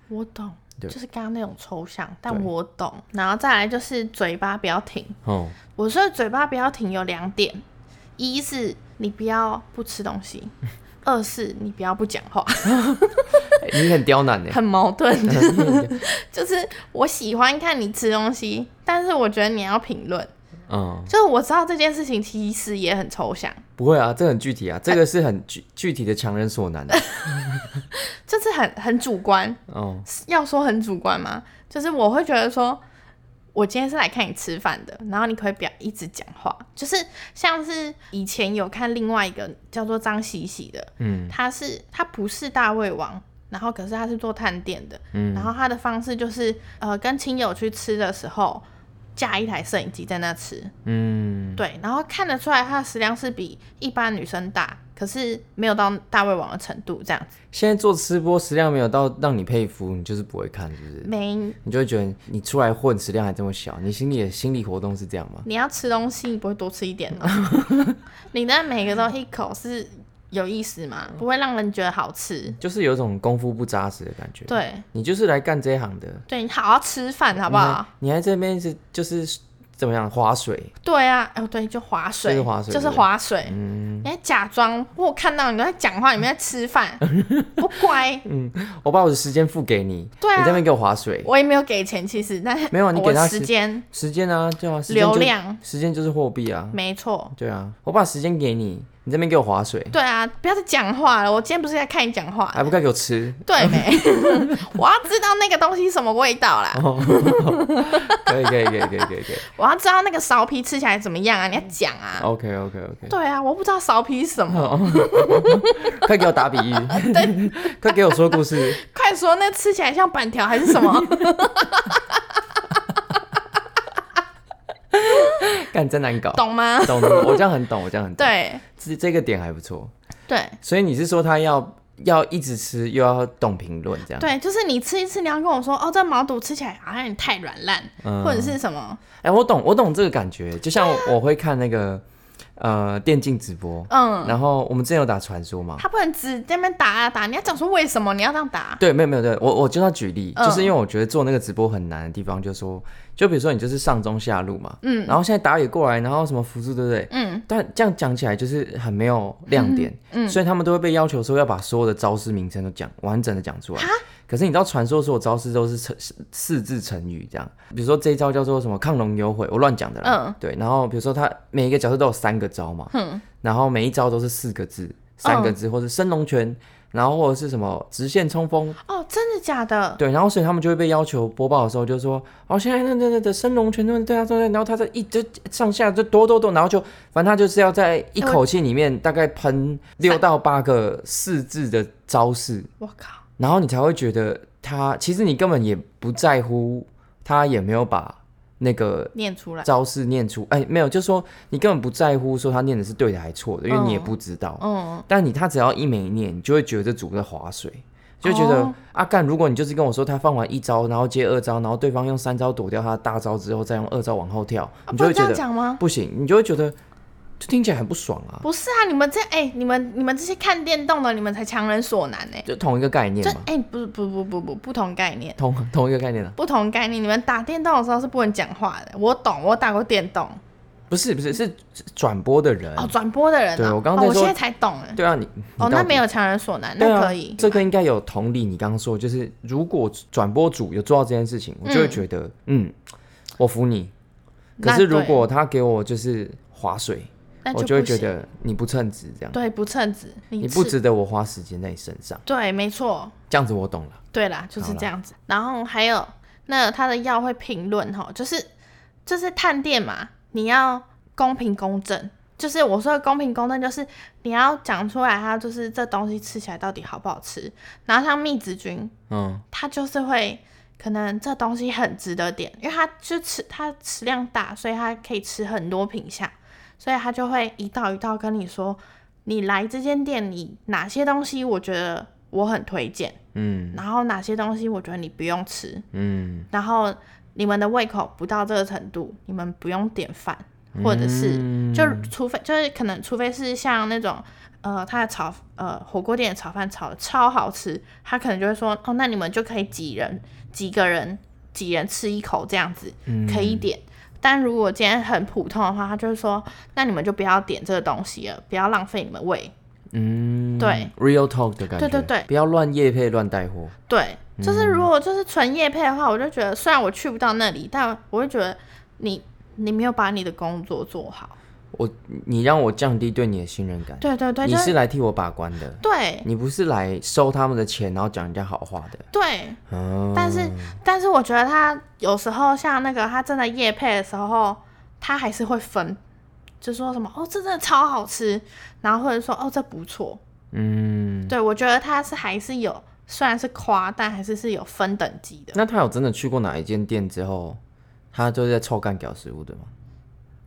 A: 我懂。
B: 对
A: 就是刚刚那种抽象，但
B: 对
A: 我懂。然后再来就是嘴巴不要挺，
B: 哦，
A: 我说的嘴巴不要停有两点，一是你不要不吃东 西，二是你不要不讲话，
B: 你很刁难欸呢、
A: 很矛盾。 就是我喜欢看你吃东西，但是我觉得你要评论。
B: 嗯，
A: 就是我知道这件事情其实也很抽象，
B: 不会啊，这很具体啊，这个是很具具体的强人所难的。啊
A: 就是很很主观。
B: 哦，
A: 要说很主观吗？就是我会觉得说，我今天是来看你吃饭的，然后你可以不要一直讲话，就是像是以前有看另外一个叫做张喜喜的，
B: 嗯
A: 他是他不是大胃王，然后可是他是做探店的，
B: 嗯
A: 然后他的方式就是呃跟亲友去吃的时候架一台摄影机在那吃，
B: 嗯，
A: 对，然后看得出来他的食量是比一般女生大，可是没有到大胃王的程度这样子，
B: 现在做吃播食量没有到让你佩服，你就是不会看，是不是？
A: 没
B: 你就会觉得你出来混食量还这么小，你心里的心理活动是这样吗？
A: 你要吃东西，你不会多吃一点吗？ 你那每个都一口是有意思吗？
B: 嗯
A: 不会让人觉得好吃，
B: 就是有一种功夫不扎实的感觉。，
A: 对
B: 你就是来干这一行的，
A: 对，你好好吃饭好不好？
B: 你还？你还这边是就是怎么样划水？
A: 对啊，哦对，就划水，
B: 就是划水嗯
A: 就是划水。你还假装我有看到你在讲话，你们在吃 饭，不乖。
B: 嗯我把我的时间付给你，
A: 对啊
B: 你在那边给我划水，
A: 我也没有给钱，其实，但是
B: 没有啊你给他
A: 我
B: 时
A: 时间，
B: 时间啊，对啊，时间就
A: 流量，
B: 时间就是货币啊，
A: 没错。
B: 对啊，我把时间给你，你这边给我划水，
A: 对啊，不要再讲话了。我今天不是在看你讲话，
B: 还不该给 我吃，
A: 对 没？我要知道那个东西什么味道
B: 嗯
A: 啦，
B: 可以可以可以可以可以可以
A: 我要知道那个苕皮吃起来怎么样啊？你要讲啊。
B: ，OK OK OK，
A: 对啊，我不知道苕皮是什么，
B: 快给我打 比喻， 快给我说故事，
A: 快说，那吃起来像板条还是 什么？
B: 干真难搞，
A: 懂吗？
B: 懂的，我这样很懂，我这样很懂，
A: 对
B: 这这个点还不错，
A: 对，
B: 所以你是说他要要一直吃，又要懂评论，这样。
A: 对，就是你吃一次，你要跟我说哦，这毛肚吃起来好像你太软烂，
B: 嗯
A: 或者是什么，
B: 哎、我懂，我懂这个感觉，就像我会看那个呃电竞直播，
A: 嗯，
B: 然后我们之前有打传说嘛，
A: 他不能只在那边打啊打，你要讲说为什么你要这样打，
B: 对，没有没有，对我我就要举例，
A: 嗯
B: 就是因为我觉得做那个直播很难的地方，就是说，就比如说你就是上中下路嘛，嗯，然后现在打野过来，然后什么辅助，对不对？
A: 嗯，
B: 但这样讲起来就是很没有亮点，嗯，所以他们都会被要求说要把所有的招式名称都讲完整的讲出来。可是你知道，传说所有招式都是成四字成语这样，比如说这一招叫做什么“亢龙有悔”，我乱讲的啦，
A: 嗯
B: 对。然后比如说他每一个角色都有三个招嘛，然后每一招都是四个字、三个字，或是升龙拳，然后或者是什么直线冲锋，
A: 哦，真的假的？
B: 对，然后所以他们就会被要求播报的时候就说，哦，现在那那那的升龙拳，对对啊对啊，然后他这一直上下就哆哆哆，然后就反正他就是要在一口气里面大概喷六到八个四字的招式，
A: 我靠，
B: 然后你才会觉得他其实你根本也不在乎他有没有把那个
A: 念出来，
B: 招式念出，哎，没有，就是说你根本不在乎说他念的是对的还是错的，因为你也不知道。
A: 嗯，
B: 但你他只要一没念，你就会觉得这组在划水，就觉
A: 哦
B: 得啊干、如果你就是跟我说他放完一招，然后接二招，然后对方用三招躲掉他的大招之后，再用二招往后跳，
A: 啊不
B: 你就会
A: 能这
B: 觉
A: 样
B: 得
A: 讲吗？
B: 不行，你就会觉得这听起来很不爽啊，
A: 不是啊，你们这哎、你们你们这些看电动的，你们才强人所难呢、
B: 就同一个概念
A: 就
B: 嘛，
A: 哎、不不不不不，不同概念，
B: 同同一个概念啊，
A: 不同概念。你们打电动的时候是不能讲话的，我懂，我打过电动。
B: 不是不是是是转播的人，
A: 哦，转播的人、哦，
B: 对我刚刚
A: 哦、
B: 在
A: 我
B: 说
A: 现在才懂哎。
B: 对啊你你
A: 哦，
B: 到
A: 那
B: 底
A: 没有强人所难，
B: 对
A: 那
B: 啊
A: 可以。嗯
B: 这个应该有同理。你刚刚说，就是如果转播组有做到这件事情，我就会觉得，嗯我服你。可
A: 那
B: 是如
A: 对
B: 果他给我就是划水，
A: 那
B: 我
A: 就
B: 就会
A: 不
B: 觉
A: 行，
B: 得你不称职，这样
A: 对，不称职，你
B: 你不
A: 是
B: 值得我花时间在你身上。
A: 对，没错，
B: 这样子我懂了，
A: 对啦，就是这样子。然后还有那他的药会评论哈，就是就是探店嘛，你要公平公正。就是我说的公平公正，就是你要讲出来，它就是这东西吃起来到底好不好吃。然后像蜜子菌，
B: 嗯，
A: 它就是会可能这东西很值得点，因为它就吃它食量大，所以它可以吃很多品相，所以它就会一道一道跟你说，你来这间店你哪些东西我觉得我很推荐，
B: 嗯
A: 然后哪些东西我觉得你不用吃，
B: 嗯，
A: 然后你们的胃口不到这个程度，你们不用点饭，或者是。
B: 嗯
A: 就除非就是可能，除非是像那种呃，他的炒呃火锅店的炒饭炒的超好吃，他可能就会说哦，那你们就可以几人几个人几人吃一口这样子，
B: 嗯
A: 可以点。但如果今天很普通的话，他就会说，那你们就不要点这个东西了，不要浪费你们胃。
B: 嗯，
A: 对
B: ，real talk 的感觉，
A: 对对对
B: 不要乱夜配乱带货，
A: 对，
B: 嗯
A: 就是如果就是纯夜配的话，我就觉得虽然我去不到那里，但我会觉得你你没有把你的工作做好。
B: 你让我降低对你的信任感。
A: 对对对，
B: 你
A: 就是
B: 来替我把关的，
A: 对
B: 你不是来收他们的钱，然后讲人家好话的。
A: 对，
B: 嗯，
A: 但是，但是我觉得他有时候像那个他真的夜配的时候，他还是会分，就说什么哦，这真的超好吃，然后或者说哦，这不错。
B: 嗯，
A: 对我觉得他是还是有，虽然是夸，但还是是有分等级的。
B: 那他有真的去过哪一间店之后，他就是在臭干屌食物的吗？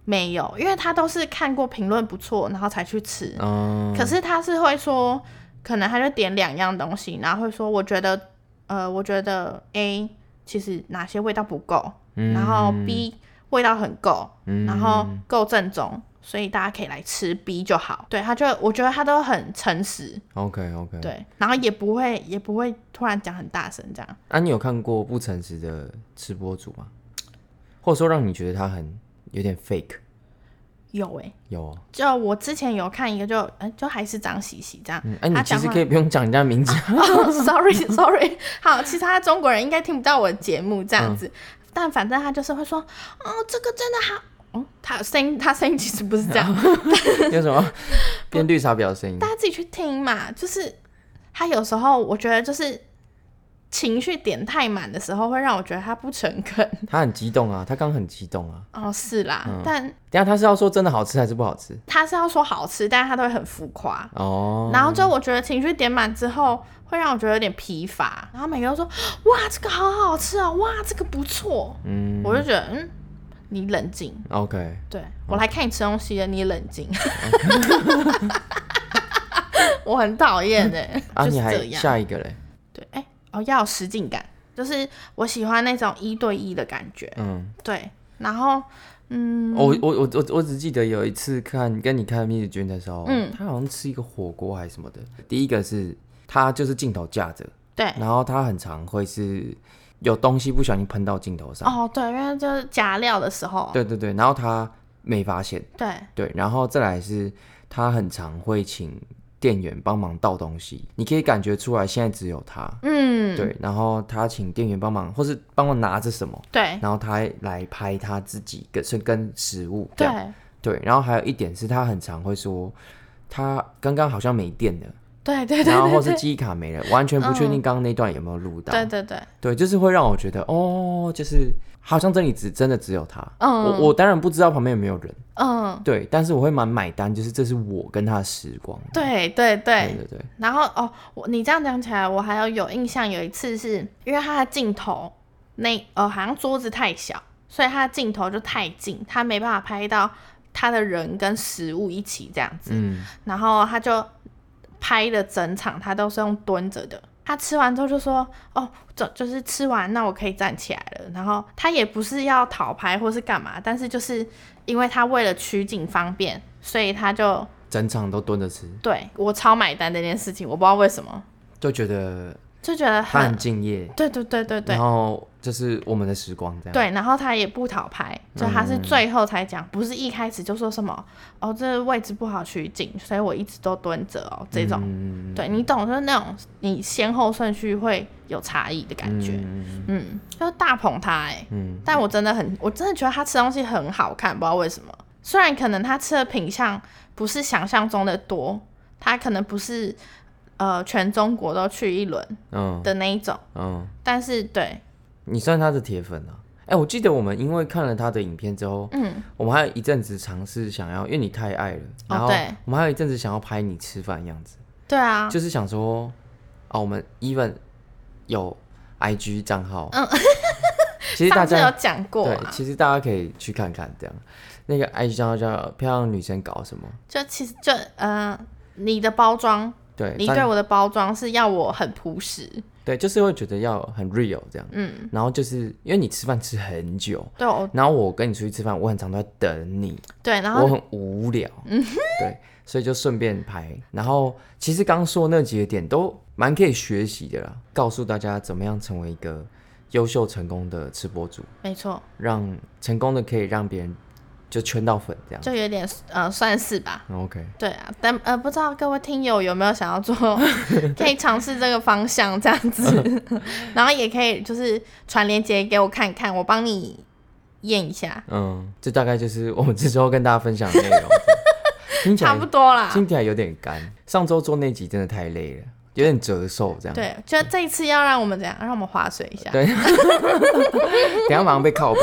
A: 没有，因为他都是看过评论不错，然后才去吃。
B: 嗯，
A: 可是他是会说，可能他就点两样东西，然后会说我觉得，呃，我觉得 A 其实哪些味道不够，
B: 嗯
A: 然后 B 味道很够，然后够正宗，所以大家可以来吃 B 就好。对，他就我觉得他都很诚实，
B: OK OK，，
A: 对，然后也不会也不会突然讲很大声这样。
B: 啊那、你有看过不诚实的吃播主吗？或者说让你觉得他很有点 fake？
A: 有诶、
B: 有哦，
A: 就我之前有看一个就，嗯，就还是张喜喜这样。
B: 嗯，哎、你
A: 他
B: 其
A: 讲
B: 实
A: 话
B: 可以不用讲人家名字，啊
A: 哦，sorry，sorry，好，其实他中国人应该听不到我的节目这样子，但反正他就是会说，哦，这个真的好，哦，他声音他声音其实不是这样，
B: 有什么变绿茶婊的声音
A: 大？家自己去听嘛，就是他有时候我觉得就是情绪点太满的时候，会让我觉得他不诚恳。
B: 他很激动啊，他刚刚很激动啊。
A: 哦，是啦，但
B: 等一下他是要说真的好吃还是不好吃？
A: 他是要说好吃，但是他都会很浮夸。
B: 哦，
A: 然后就我觉得情绪点满之后，会让我觉得有点疲乏。然后每个人都说，哇，这个好好吃哦，哇，这个不错。
B: 嗯
A: 我就觉得，嗯，你冷静。
B: ，OK，
A: 对我来看你吃东西了，你冷静。 我很讨厌哎，
B: 哦啊，
A: 就
B: 你
A: 是这
B: 还
A: 样。
B: 下一个嘞？
A: 对，哎、哦，要有实境感，就是我喜欢那种一对一的感觉。
B: 嗯，
A: 对，然后嗯，
B: 我我我我我只记得有一次看跟你看《蜜雪君》的时候，
A: 嗯
B: 他好像吃一个火锅还是什么的。第一个是他就是镜头架着，
A: 对，
B: 然后他很常会是有东西不小心喷到镜头上，
A: 哦，对，因为就是加料的时候，
B: 对对对，然后他没发现，
A: 对
B: 对，然后再来是他很常会请店员帮忙倒东西，你可以感觉出来现在只有他，
A: 嗯，
B: 对，然后他请店员帮忙，或是帮忙拿着什么，
A: 对
B: 然后他来拍他自己跟是跟食物这样，
A: 对
B: 对，然后还有一点是他很常会说。他刚刚好像没电了，
A: 对对对
B: 然后或
A: 对嗯
B: 是记忆卡没了，完全不确定刚刚那段有没有录到。
A: 对对对，
B: 对，就是会让我觉得，哦，就是好像这里只真的只有他。
A: 嗯
B: 我我当然不知道旁边有没有人，
A: 嗯，
B: 对，但是我会蛮买单，就是这是我跟他的时光。
A: 对对对
B: 对。对对，
A: 然后哦，我你这样讲起来，我还有有印象，有一次是因为他的镜头那呃好像桌子太小，所以他的镜头就太近，他没办法拍到他的人跟食物一起这样子。
B: 嗯，
A: 然后他就拍的整场，他都是用蹲着的。他吃完之后就说：“哦，这就是吃完，那我可以站起来了。”然后他也不是要讨拍或是干嘛，但是就是因为他为了取景方便，所以他就
B: 整场都蹲着吃，
A: 对我超买单这件事情，我不知道为什么，
B: 就觉得
A: 就觉得
B: 他
A: 很
B: 很敬业，
A: 对对对对对
B: 然后这是我们的时光这样。，
A: 对，然后他也不讨拍，
B: 嗯
A: 就他是最后才讲，不是一开始就说什么哦，这位置不好取景，所以我一直都蹲着哦这种。
B: 嗯，
A: 对你懂，就是那种你先后顺序会有差异的感觉，
B: 嗯
A: 嗯就是大捧他哎、
B: 嗯，
A: 但我真的很，我真的觉得他吃东西很好看，不知道为什么。虽然可能他吃的品相不是想象中的多，他可能不是呃全中国都去一轮
B: 嗯
A: 的那一种，
B: 嗯，
A: 但是对，
B: 你算他的铁粉啊。哎，我记得我们因为看了他的影片之后，
A: 嗯，哦
B: 我们还有一阵子尝试想要，因为你太爱了，然后
A: 对
B: 我们还有一阵子想要拍你吃饭的样子。
A: 对啊，
B: 就是想说，啊，我们 even 有 IG 账号，
A: 嗯
B: 其实大
A: 上次有
B: 家
A: 讲过
B: 对，
A: 啊，
B: 其实大家可以去看看这样。那个 IG 账号叫“漂亮女生搞什么
A: 就其实就呃你的包装，”，
B: 对，
A: 你
B: 但
A: 对我的包装是要我很朴实，
B: 对，就是会觉得要很 real 这样。
A: 嗯，
B: 然后就是因为你吃饭吃很久，
A: 对我
B: 然后我跟你出去吃饭，我很常都在等你，
A: 对，然
B: 我
A: 后嗯
B: 很无聊，对，所以就顺便拍。然后其实刚说那几个点都蛮可以学习的啦，告诉大家怎么样成为一个优秀成功的吃播主，
A: 没错。
B: 让成功的可以让别人就圈到粉这样。
A: 就有点呃，算是吧。
B: 嗯 OK，
A: 对啊，但呃，不知道各位听友有没有想要做， 可以尝试这个方向这样 子，然后也可以就是传链接给我看看，我帮你验一下，
B: 嗯，这大概就是我们这周跟大家分享的内 容。听起
A: 差
B: 来
A: 不多啊啦。
B: 听起来有点干，上周做那集真的太累了，有点折寿这样。
A: 对，就这一次要让我们怎样，让我们划水一下，
B: 对，等一下马上被靠背。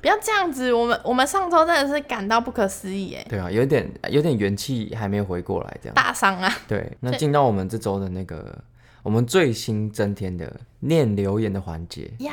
A: 不要这样子。我们我们上周真的是感到不可思议，哎，
B: 对啊，有点有点元气还没回过来这样。
A: 大伤啊！
B: 对，那
A: 对
B: 进到我们这周的那个我们最新增添的念留言的环节，
A: 呀，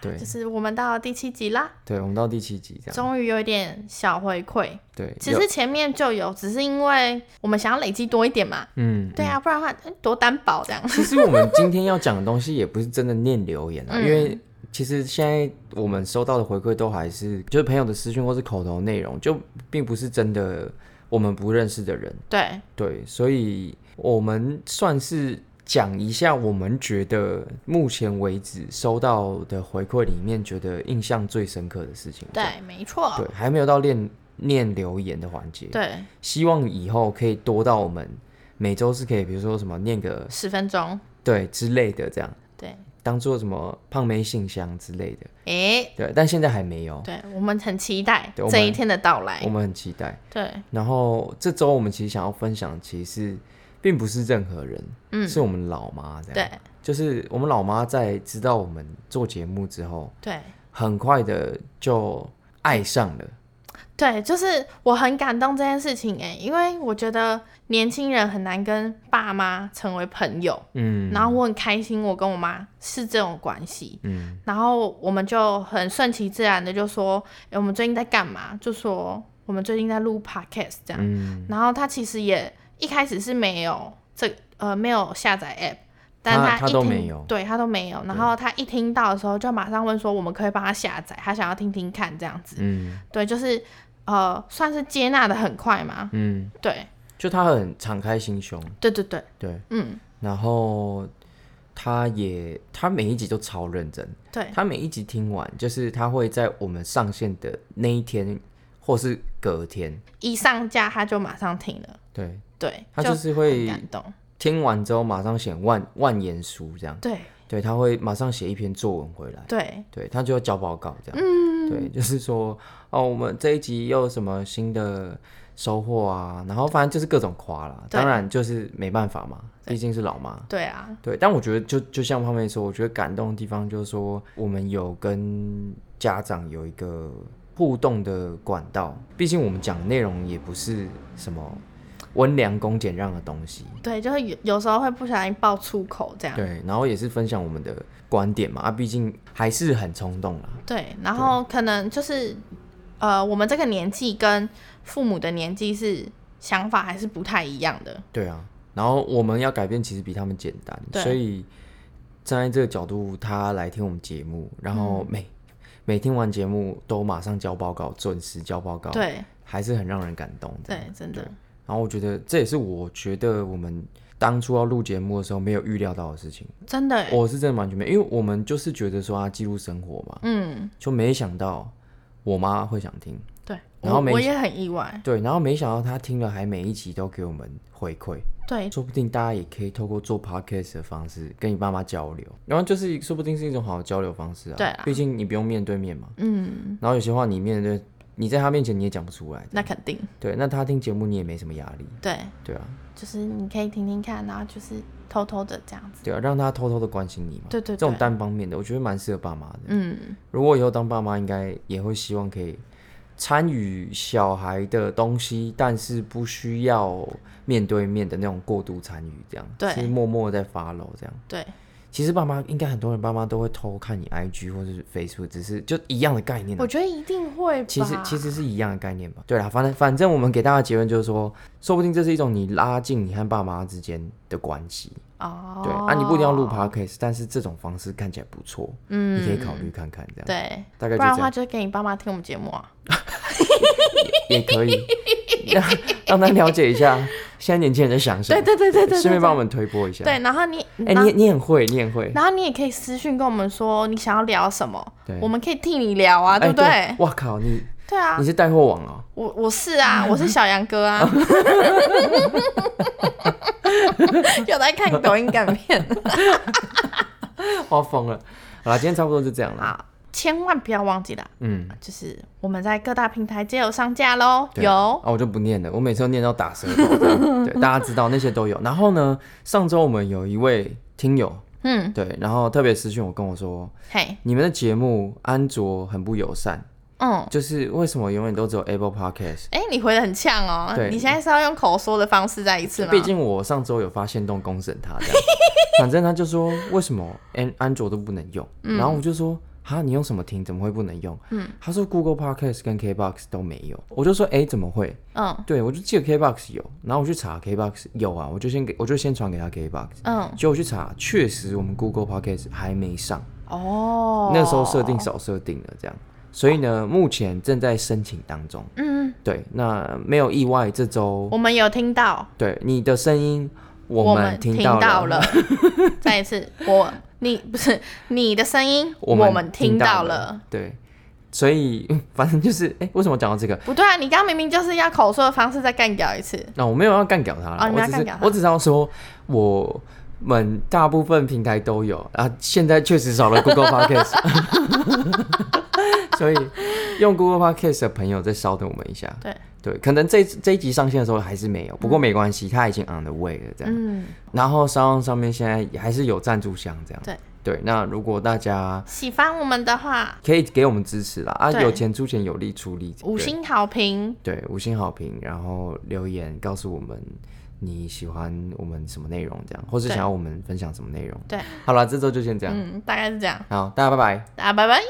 B: 对
A: 就是我们到第七集啦，
B: 对，我们到第七集这样，
A: 终于有一点小回馈。
B: 对，
A: 其
B: 有
A: 实前面就有，只是因为我们想要累积多一点嘛，
B: 嗯，
A: 对
B: 嗯。
A: 啊，不然的话嗯多担保这样。
B: 其实我们今天要讲的东西也不是真的念留言啊，
A: 嗯
B: 因为其实现在我们收到的回馈都还是就是朋友的私讯或是口头内容，就并不是真的我们不认识的人，
A: 对，
B: 对，所以我们算是讲一下我们觉得目前为止收到的回馈里面，觉得印象最深刻的事情。这样
A: 对，没错，
B: 对，还没有到念念留言的环节。，
A: 啊对，
B: 希望以后可以多到我们每周是可以，比如说什么念个
A: 十分钟，
B: 对之类的，这样
A: 对，
B: 当做什么胖妹信箱之类的。
A: 诶，
B: 对，但现在还没有，
A: 对我们很期待
B: 哦对我们
A: 这一天的到来
B: 我。们很期待。
A: 对，
B: 然后这周我们其实想要分享，其实并不是任何人，
A: 嗯，
B: 是我们老妈这样。
A: 对，
B: 就是我们老妈在知道我们做节目之后，
A: 对，
B: 很快的就爱上了。
A: 对，就是我很感动这件事情诶，因为我觉得年轻人很难跟爸妈成为朋友，
B: 嗯，
A: 然后我很开心，我跟我妈是这种关系，
B: 嗯，
A: 然后我们就很顺其自然的就说，诶，我们最近在干嘛？就说我们最近在录 podcast 这样。
B: 嗯
A: 然后他其实也一开始是没有这呃没有下载 app，但
B: 他
A: 他
B: 他
A: 一
B: 都
A: 听
B: 没有
A: 对他都没有，然后他一听到的时候就马上问说我们可以帮他下载，他想要听听看这样子，
B: 嗯
A: 对，就是呃算是接纳的很快嘛，
B: 嗯，
A: 对
B: 就他很敞开心胸，
A: 对对对，
B: 对，
A: 嗯
B: 然后他也他每一集都超认真，
A: 对
B: 他每一集听完，就是他会在我们上线的那一天或是隔天，
A: 一上架他就马上听了，
B: 对
A: 对，
B: 他
A: 就
B: 就是
A: 很
B: 会
A: 感动，
B: 听完之后马上写万万言书这样，
A: 对
B: 对，他会马上写一篇作文回来，
A: 对
B: 对他就要交报告这样，嗯，对，就是说哦，我们这一集又有什么新的收获啊，然后反正就是各种夸啦，
A: 对
B: 当然就是没办法嘛，毕竟是老妈，
A: 对啊，
B: 对，但我觉得就就像胖妹说，我觉得感动的地方就是说，我们有跟家长有一个互动的管道，毕竟我们讲的内容也不是什么温良恭俭让的东西，
A: 对，就是有有时候会不小心爆粗口这样，
B: 对，然后也是分享我们的观点嘛，啊，毕竟还是很冲动啦，
A: 对，然后可能就是呃，我们这个年纪跟父母的年纪是想法还是不太一样的。
B: 对啊，然后我们要改变其实比他们简单，
A: 对
B: 所以站在这个角度，他来听我们节目，然后
A: 嗯
B: 每、每听完节目都马上交报告，准时交报告，。
A: 对
B: 还是很让人感动的。
A: 对，真的，
B: 然后我觉得这也是我觉得我们当初要录节目的时候没有预料到的事情，
A: 真的欸，
B: 我是真的完全没，因为我们就是觉得说啊记录生活嘛，
A: 嗯，
B: 就没想到我妈会想听，
A: 对，
B: 然后
A: 我
B: 没
A: 我也很意外。
B: 对，然后没想到她听了还每一集都给我们回馈，
A: 对
B: 说不定大家也可以透过做 podcast 的方式跟你爸妈交流，然后就是说不定是一种好的交流方式啊，
A: 对啊
B: 毕竟你不用面对面嘛，
A: 嗯，
B: 然后有些话你面对你在他面前你也讲不出来，
A: 那肯定，
B: 对，那他听节目你也没什么压力，
A: 对，
B: 对啊，
A: 就是你可以听听看，然后就是偷偷的这样子。
B: 对啊，让他偷偷的关心你嘛。
A: 对对
B: 这种
A: 对
B: 单方面的，我觉得蛮适合爸妈的。
A: 嗯，
B: 如果以后当爸妈，应该也会希望可以参与小孩的东西，但是不需要面对面的那种过度参与，这样
A: 对
B: 是默默地在 follow 这样。
A: 对
B: 其实爸妈应该很多人爸妈都会偷看你 IG 或者是 Facebook，只是就一样的概念、啊
A: 我。觉得一定会吧。
B: 其实其实是一样的概念吧。对啦，反正反正我们给大家的结论就是说，说不定这是一种你拉近你和爸妈之间的关系。
A: 哦，
B: 对啊，你不一定要录 podcast，但是这种方式看起来不错，嗯，你可以考虑看看这样，，
A: 对，
B: 大
A: 不然
B: 概
A: 的
B: 就这
A: 话
B: 样
A: 就是给你爸妈听我们节目啊。
B: 也 可以让让他了解一下现在年轻人在想什
A: 对
B: 么，
A: 对对对对，
B: 顺便帮我
A: 们。
B: 们推播一下。
A: 对，，然后你，
B: 哎，
A: 然后
B: 你你很会，你很会，
A: 然后你也可以私讯跟我们说你想要聊什么
B: 对，
A: 我们可以替你聊啊，
B: 哎
A: 对不对？
B: 哇靠，你
A: 对啊
B: 你，是带货王哦，
A: 我我是 啊，我是小杨哥啊，有在看抖音短片，
B: 我要疯了。好啦，今天差不多就这样了。
A: 好，千万不要忘记了，
B: 嗯，
A: 就是我们在各大平台皆有上架喽，
B: 对
A: 有，
B: 啊，我就不念了，我每次都念到打舌头这样。对，大家知道那些都有。然后呢，上周我们有一位听友，
A: 嗯，
B: 对，然后特别私讯我跟我说，
A: 嘿，
B: 你们的节目安卓很不友善，
A: 嗯。
B: 就是为什么永远都只有 Apple Podcast？
A: 哎、你回的很呛哦！
B: 对
A: 你现在是要用口说的方式再一次吗？
B: 毕竟我上周有发现动公审他这样， 反正他就说为什么安安卓都不能用，
A: 嗯
B: 然后我就说。哈，你用什么听？怎么会不能用？嗯，他说 Google Podcast 跟 KBox 都没有，我就说，哎、怎么会？
A: 嗯
B: 对我就记得 KBox 有，然后我去查 KBox 有啊，我就先给，我就先传给他 KBox，
A: 嗯，
B: 结果我去查，确实我们 Google Podcast 还没上，
A: 哦，
B: 那时候设定，少设定了这样，所以呢，目前正在申请当中。
A: 嗯，
B: 对，那没有意外，这周
A: 我们有听到，
B: 对你的声音我
A: 我
B: 们
A: 们
B: 听
A: 听
B: 到
A: 到
B: 了，
A: 了。 再一次，我你不是你的声音，我
B: 们
A: 听
B: 听到
A: 了。，
B: 对，所以嗯反正就是，哎、为什么讲到这个？
A: 不对啊，你刚刚明明就是要口说的方式再干掉一次。
B: 那、我没有要干掉他了，
A: 哦你
B: 我
A: 没有要
B: 只
A: 干
B: 是
A: 掉他
B: 我只是要说，我们大部分平台都有啊，现在确 实少了 Google Podcast，所以用 Google Podcast 的朋友再稍等我们一下。
A: 对，
B: 对，可能这这一集上线的时候还是没有，不过没关系，它已经 on the way 了这样。
A: 嗯，
B: 然后商用上面现在也还是有赞助箱这样。
A: 对
B: 对，那如果大家
A: 喜欢我们的话，
B: 可以给我们支持啦，啊，
A: 对
B: 有钱出钱，有力出力，
A: 五
B: 对
A: 星好评。
B: 对五星好评，然后留言告诉我们你喜欢我们什么内容这样，或是
A: 对
B: 想要我们分享什么内容。
A: 对，
B: 好了，这周就先这样，
A: 嗯，大概是这样。
B: 好，大家拜拜。
A: 大家拜拜。